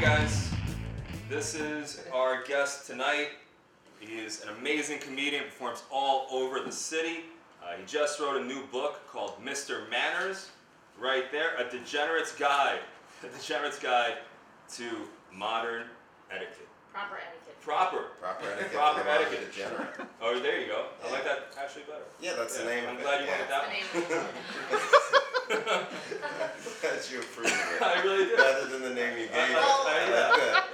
guys. This is our guest tonight. He is an amazing comedian, performs all over the city. Uh, he just wrote a new book called Mr. Manners, right there, a degenerate's guide, a degenerate's guide to modern etiquette. Proper etiquette. Proper. Proper etiquette. Proper for the modern etiquette. degenerate. Oh, there you go. I Yeah. like that actually better. Yeah, that's the Yeah, name I'm of glad it. you yeah. wanted that The name of it. That's you approving it. I really did. Rather than the name you gave I- it. I- I like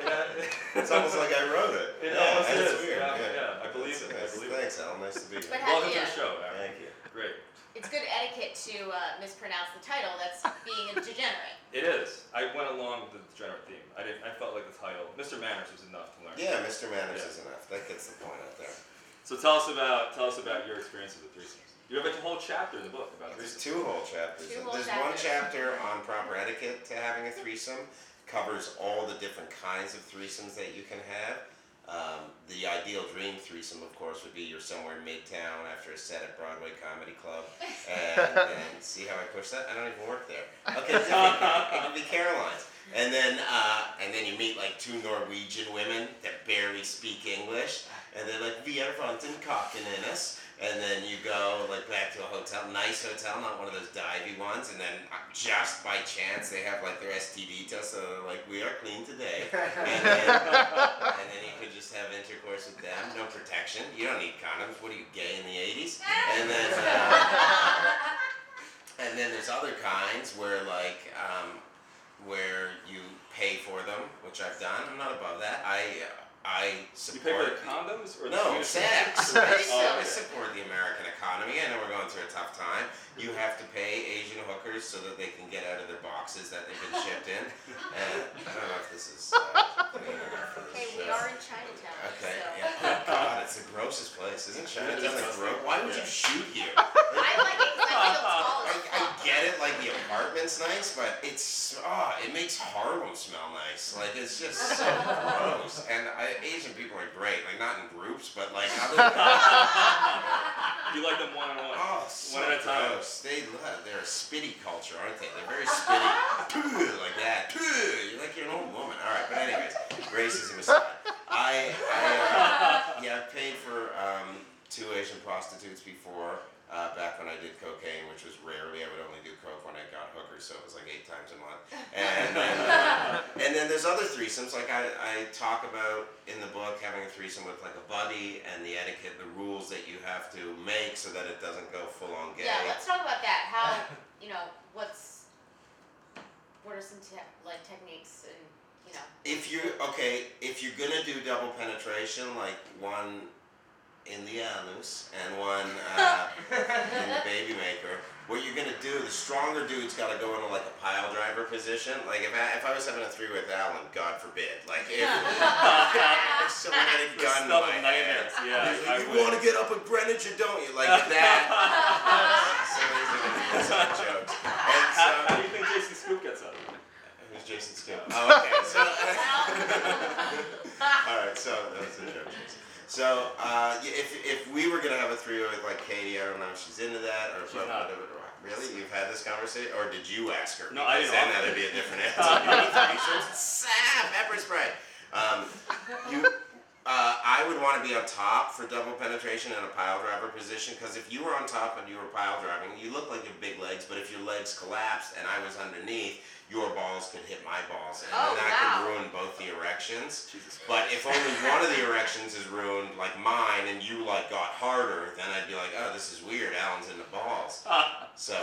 that. Yeah. It's almost like I wrote it. It yeah, almost that's is. weird. Yeah, yeah, I believe That's it, I nice. believe it. Thanks, Al. Nice to be here. But how- Welcome to Yeah. the show. Aaron. Thank you. Great. It's good etiquette to uh, mispronounce the title. That's being a degenerate. It is. I went along with the degenerate theme. I didn't. I felt like the title, Mr. Manners, was enough to learn. Yeah, Mr. Manners Yeah. is enough. That gets the point out there. So tell us about tell us about your experience with the threesomes. You have a whole chapter in the book about There's threesomes. two whole chapters. Two whole There's one chapters. chapter on proper etiquette to having a threesome. Covers all the different kinds of threesomes that you can have. Um, the ideal dream threesome, of course, would be you're somewhere midtown after a set at Broadway Comedy Club, and, and see how I push that. I don't even work there. Okay, it could be Caroline's, and then uh, and then you meet like two Norwegian women that barely speak English, and they're like "Vi er vanten kaken in us," and then you go like back to a hotel, nice hotel, not one of those divey ones, and then uh, just by chance they have like their STD test, so they're like, "We are clean today," and then and then you could just have intercourse with them, no protection. You don't need condoms. What are you gay in the eighties? And then, uh, and then there's other kinds where like, um, where you pay for them, which I've done. I'm not above that. I, uh, I You support. pay for the condoms or the No, Swedish- sex. Oh, I su- I okay. support the American economy. I know we're going through a tough time. You have to pay Asian hookers so that they can get out of their boxes that they've been shipped in. And I don't know if this is. Uh, clear enough for Okay, this we show. are in Chinatown. Okay. So. Yeah. Oh God, it's the grossest place, isn't China? It's Doesn't it disgusting. grow? Why would Yeah. you shoot here? I like it 'cause I feel tall I, as I fuck. get it, like the apartment's nice, but it's ah, it makes Harlem smell nice. Like it's just so gross. And I, Asian people are great, like not in groups, but like other. You like them one on one. Oh, so One at a time. gross. They love. They're a spitty culture, aren't they? They're very spitty. Poo, like that. Poo. You're like you're an old woman. All right, but anyways, racism aside, I, I uh, yeah, I paid for um, two Asian prostitutes before. Uh, back when I did cocaine, which was rarely, I would only do coke when I got hookers, so it was like eight times a month. And then, uh, and then there's other threesomes. Like I, I talk about in the book having a threesome with like a buddy and the etiquette, the rules that you have to make so that it doesn't go full on gay. Yeah, let's talk about that. How you know what's what are some te- like techniques and you know if you okay, if you're gonna do double penetration, like one in the anus and one uh, in the baby maker, what you're gonna do? The stronger dude's gotta go into like a pile driver position. Like if I, if I was having a three with Alan, God forbid, like if, if someone had a Just gun stuff to my head, nightmares. Yeah, he's I like, you would. want to get up at Greenwich or don't you? Like that. so these are gonna be inside jokes. How, And so, how do you think Jason Scoop gets out of it? Who's Jason Scott? Oh, okay. So, all right. So that was a joke. Jason. So uh, yeah, if if we were gonna have a three way with like Katie, I don't know if she's into that or She's but- not. Really, you've had this conversation, or did you ask her? No, I Because didn't Then offer that'd be a different answer. Sam, pepper spray. Um, you, uh, I would want to be on top for double penetration in a pile driver position because if you were on top and you were pile driving, you look like you have big legs, but if your legs collapsed and I was underneath, your balls could hit my balls, and Oh, then that wow. could ruin both the erections. Jesus Christ. But if only one of the erections is ruined, like mine, and you like got harder, then I'd be like, oh, this is weird. Alan's in the balls. Ah, So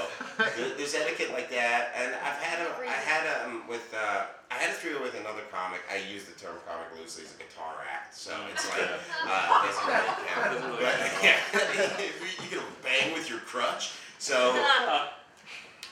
there- there's etiquette like that, and I've had a, I had a um, with uh, I had a three with another comic. I use the term comic loosely as a guitar act, so it's like Yeah. uh, it doesn't really count. Doesn't Mm. really But, yeah, you can bang with your crutch. So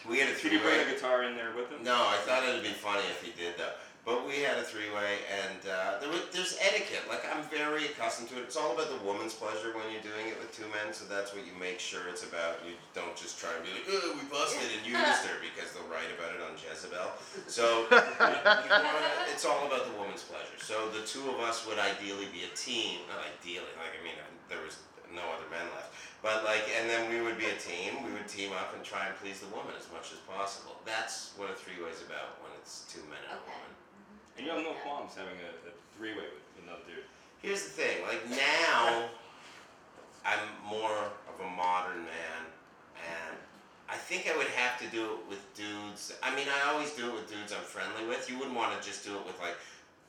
we had a Could three you bring a way. guitar in there with him? No, I thought it'd be funny if he did though. But we had a three way, and uh, there was, there's etiquette. Like I'm very accustomed to it. It's all about the woman's pleasure when you're doing it with two men. So that's what you make sure it's about. You don't just try and be like, oh, we busted and used her because they'll write about it on Jezebel. So you wanna, it's all about the woman's pleasure. So the two of us would ideally be a team. Not ideally, like I mean, there was no other men left. But like, and then we would be a team. We would team up and try and please the woman as much as possible. That's what a three way is about when it's two men and a Okay. woman. And You have no Yeah. qualms having a, a three-way with another dude. Here's the thing, like now, I'm more of a modern man, and I think I would have to do it with dudes. I mean, I always do it with dudes I'm friendly with. You wouldn't want to just do it with like.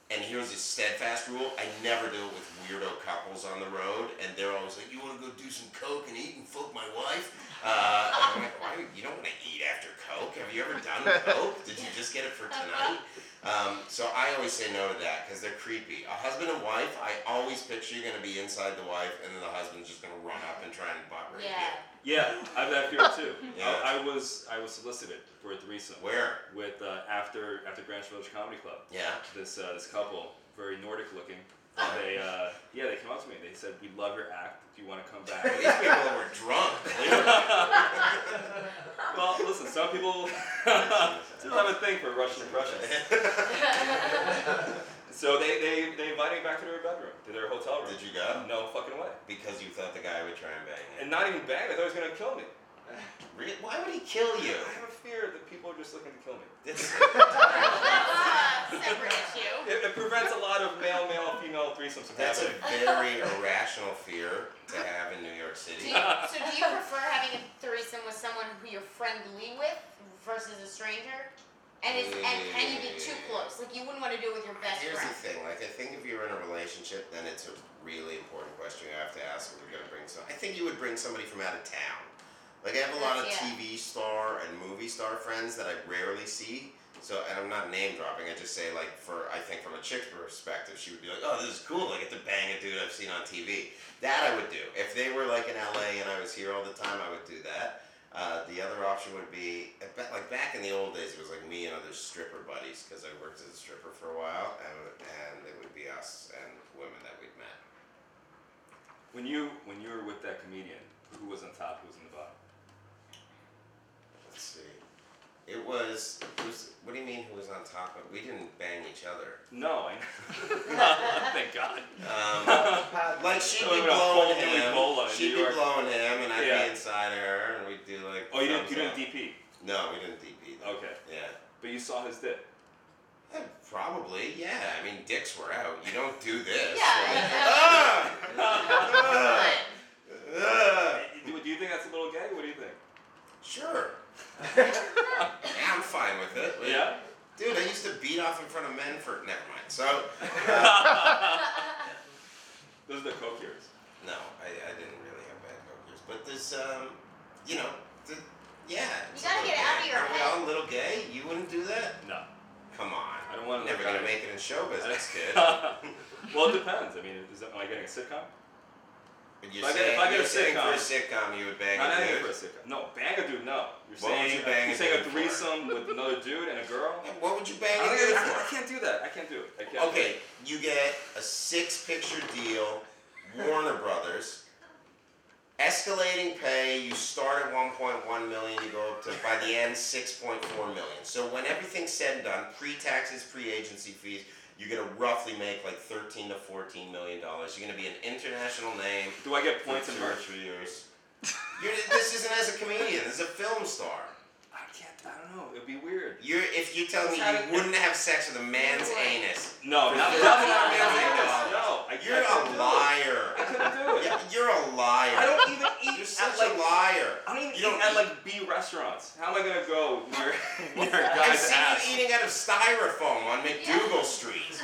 And here's a steadfast rule: I never do it with weirdo couples on the road, and they're always like, "You want to go do some coke and eat and fuck my wife?" Uh, and I'm like, "Why? You don't want to eat after coke? Have you ever done coke? Did you just get it for tonight?" Um, so I always say no to that because they're creepy. A husband and wife, I always picture you're gonna be inside the wife, and then the husband's just gonna run up and try and butt rape Yeah. Yeah, I've that fear too. Oh, Yeah. I, I was I was solicited for a threesome you. Where? with uh, after after Greenwich Village Comedy Club. Yeah. This uh, this couple, very Nordic looking. and They uh, yeah, they came up to me. They said, "We love your act. Do you want to come Well, back?" these people were drunk. clearly. well, listen, some people still have a thing for Russian impressions. So they, they, they invited me back to their bedroom, to their hotel room. Did you go? No fucking way. Because you thought the guy would try and bang And not even bang. I thought he was gonna kill me. you. Really? Why would he kill you? I have a fear that people are just looking to kill me. It's, uh, Separate issue. It, it prevents a lot of male, male, female threesomes from that's happening. a very irrational fear to have in New York Do City. you, so do you prefer having a threesome with someone who you're friendly with versus a stranger? And is and can you get too close? Like you wouldn't want to do it with your best Here's friend. the thing, like I think if you're in a relationship, then it's a really important question you have to ask if you're gonna bring some. I think you would bring somebody from out of town. Like I have a lot of Yeah. TV star and movie star friends that I rarely see. So and I'm not name dropping. I just say like for I think from a chick's perspective, she would be like, oh, this is cool. I get to bang a dude I've seen on TV. That I would do. If they were like in LA and I was here all the time, I would do that. Uh, the other option would be I bet- like back in the old days, it was like me and other stripper buddies because I worked as a stripper for a while, and, and it would be us and women that we'd met. When you when you were with that comedian, who was on top, who was in the bottom? Let's see. It was, it was. What do you mean? Who was on top of? We didn't bang each other. No, I know. Thank God. Um, like she'd It be would've been a whole blowing new him. Ebola in She'd New be York. blowing him, and I'd Yeah. be inside her, and we'd do like. Oh, you didn't you thumbs didn't up. DP. No, we didn't DP. though. Okay, Yeah. but you saw his dick. Eh, Probably, yeah. I mean, dicks were out. You don't do this. Yeah, Like, yeah. "Ah! Fun. Ah! Ah!" Uh, Do, do you think that's a little gay? What do you think? Sure. yeah, I'm fine with it. Like, Yeah. Dude, I used to beat off in front of men for. Never mind. So, uh, Those are the co-cures. no, I, I didn't really have bad coworkers. But there's, um, you know, th- yeah. it's gotta a little get out of gay. your Aren't we head. all a little gay? You wouldn't do that? No. Come on. I don't wanna Never look gonna out. make it in show business, kid. well, it depends. I mean, is that, am I getting a sitcom? But If you're I get- saying, if I get you're a saying for a sitcom- sitcom, you would bang Not a asking dude. for a sitcom. No, bang a dude. No, you're What would saying you bang you're a saying a dude for? threesome with another dude and a girl. What would you I, bang don't a think dude I, I for? can't do that. I can't do it. I can't. do Okay, it. you get a six-picture deal, Warner Brothers, escalating pay. You start at 1.1 million, you go up to by the end 6.4 million. So when everything's said and done, pre-taxes, pre-agency fees, you're gonna roughly make like 13 to 14 million dollars. You're gonna be an international name. Do I get for points and two or merch? three years. You're, this isn't as a comedian. This is a film star. I can't. I don't know. It'd be weird. You're if you tell me you wouldn't have sex with a man's anus. No, not For definitely not being famous. No, I You're couldn't do a It. I liar. couldn't do it. Yeah, You're a liar. I don't even eat You're at such like a liar. I don't even You don't eat at eat- like B restaurants. How am I gonna go near near a I guy's see Oh ass? you eating out of styrofoam on McDougal Street.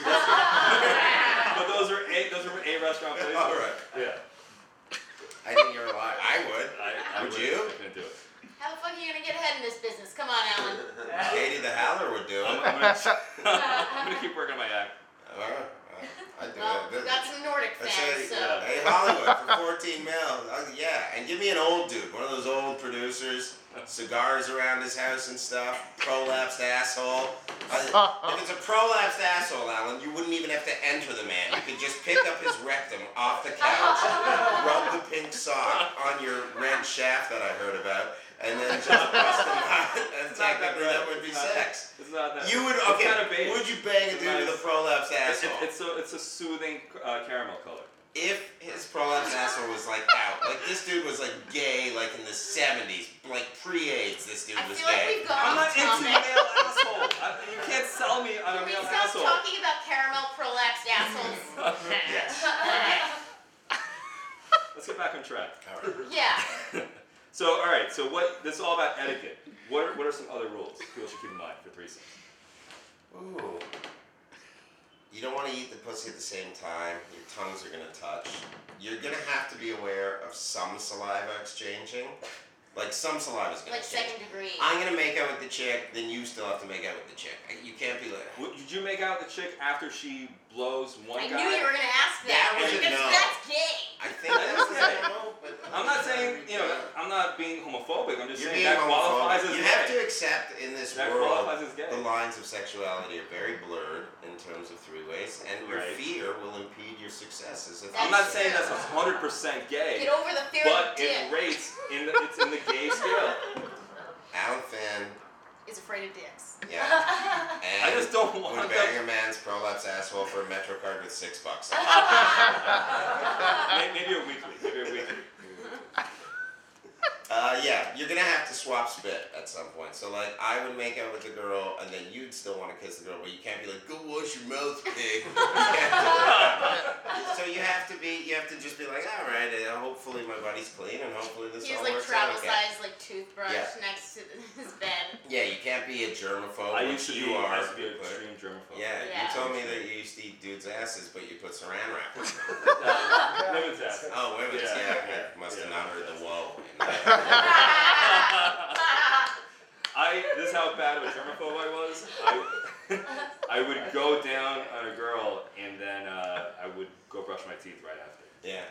But those are a those are a restaurant places. All right. Yeah. I think you're a liar. I would. I, I Would you? I couldn't do it. How the fuck are you gonna get ahead in this business? Come on, Alan. Katie the Howler would do it. I'm, I'm, gonna, I'm gonna keep working my act. All right. I- I'd do Well, we it. got some Nordic I'd say, fans, so yeah. Hey, Hollywood for 14 mil. Uh, yeah, and give me an old dude, one of those old producers, cigars around his house and stuff, prolapsed asshole. Uh, if it's a prolapsed asshole, Alan, you wouldn't even have to enter the man. You could just pick up his rectum off the couch, rub the pink sock on your red shaft that I heard about, and then just bust him out. And It's not that technically, that bad. would be It's not- sex. It's not that. You would it's okay? Kind of basic. would you bang a It's dude with nice. a prolapsed It's, asshole? it's, it's a it's a soothing uh, caramel color. if his prolapsed asshole was like out, like this dude was like gay, like in the seventies, like pre-AIDS, this dude I was feel like gay. we've gone I'm not off into male topic. asshole. I, you can't sell me on a Can we male stop asshole. talking about on track. All right. Yeah. So, all right. So, what this is all about etiquette. What are, what are some other rules people should keep in mind for threesomes? Ooh. You don't want to eat the pussy at the same time. Your tongues are going to touch. You're going to have to be aware of some saliva exchanging. Like, some saliva's going to Like exchange. second degree. I'm going to make out with the chick, then you still have to make out with the chick. You can't be like, Would, did you make out with the chick after she blows one I guy? knew you were gonna ask that. That was a because no. that's gay. I think that's Okay. no, but- I'm not saying you know. I'm not being homophobic. I'm just You're saying being that qualifies homophobic. as You gay. have to accept in this that world qualifies as gay. the lines of sexuality are very blurred in terms of three ways, and your Right. fear will impede your success as a I'm not threesome. saying that's 100 percent gay, Get over the fear but of it dick. rates in the it's in the gay scale. Alan Finn, Is afraid of dicks. yeah, and I just don't would want bang that. a man's prolapse asshole for a metro card with six bucks. May- Maybe a weekly. Maybe a weekly. Uh, yeah, you're gonna have to swap spit at some point. So like, I would make out with the girl, and then you'd still want to kiss the girl, but you can't be like, "Go wash your mouth, pig." You can't do that. so you have to be, you have to just be like, "All right, uh, hopefully my body's clean, and hopefully this He all has like works travel out." okay." size like toothbrush Yeah. next to his bed. Yeah, you can't be a germaphobe. I which used to you be. are. I used to be an but- extreme germaphobe. yeah, Yeah. you told me that you used to eat dudes' asses, but you put saran wrap. on them. Uh, women's ass. oh, women's, Yeah. yeah, I must have Yeah. not heard the whoa. in there. I this is how bad of a germaphobe I was. I, I would go down on a girl and then uh, I would go brush my teeth right after. yeah.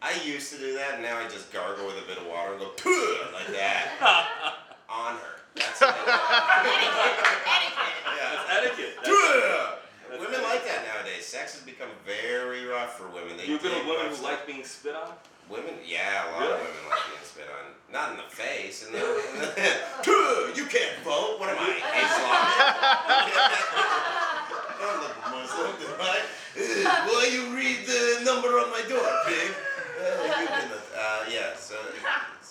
I used to do that, and now I just gargle with a bit of water and go "Puh," like that on her. That's etiquette, etiquette. yeah. That's etiquette. That's- Puh! that's women like that nowadays. Sex has become very rough for women. They You've been dig a woman rough who stuff. liked being spit on. Women, yeah, a lot of Really? women like being spit on. Not in the face, and then "Puh, you can't vote. What am I, Islamic? I don't look Muslim, do I? Ugh, Will you read the number on my door, pig? Uh, you can, uh, yeah, so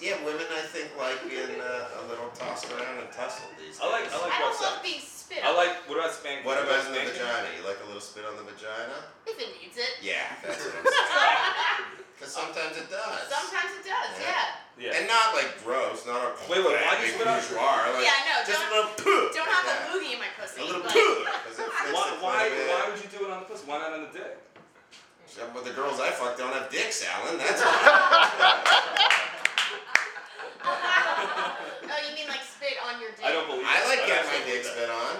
yeah, women I think like being uh, a little tossed around and tussled these I days. like- I like- I don't what's up? love being spit I on like. What about spanking? What You like about in the spanking? vagina? You like a little spit on the vagina? if it needs it. Yeah, that's what I'm saying. Because sometimes it does. Sometimes it does, yeah. Yeah. And not like gross, not a Wait, wait, why do you spit on- bourgeois, like, Yeah, no, just don't- a little poo. Don't like have that. a boogie in my pussy. A little but poo. 'cause it fits Why, the why, front of it. why would you do it on the pussy? Why not on the dick? Yeah, But the girls I fuck don't have dicks, Alan. That's why. Oh, you mean like spit on your dick? I don't believe. I that. like don't getting my believe dick that. spit on.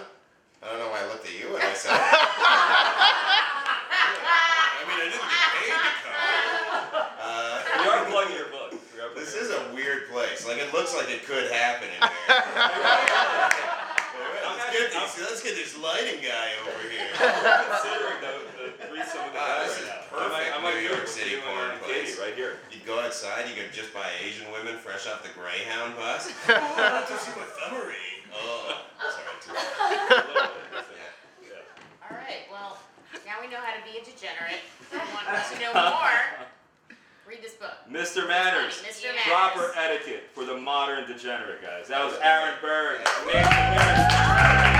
I don't know why I looked at you when I said that. Ah! I mean, I didn't get paid to come. We are plugging your book. We are Uh, this plugging is a weird place. Like, it looks like it could happen in here. your book. let's, get this, let's get this lighting guy over here. considering the, the threesome with the guy Ah, right this is now. perfect I might, I might do it New York with City you and porn Katie place. right here. You'd go outside, you could just buy Asian women fresh off the Greyhound bus. oh, I want to see my thumbery. Oh, sorry. too loud. A little bit. Yeah. Yeah. Alright, well, now we know how to be a degenerate. If you want us to know more, read this book. Mr. Manners, Mr. Manners. proper etiquette for the modern degenerate, guys. That was Aaron Berg. Amazing Manners.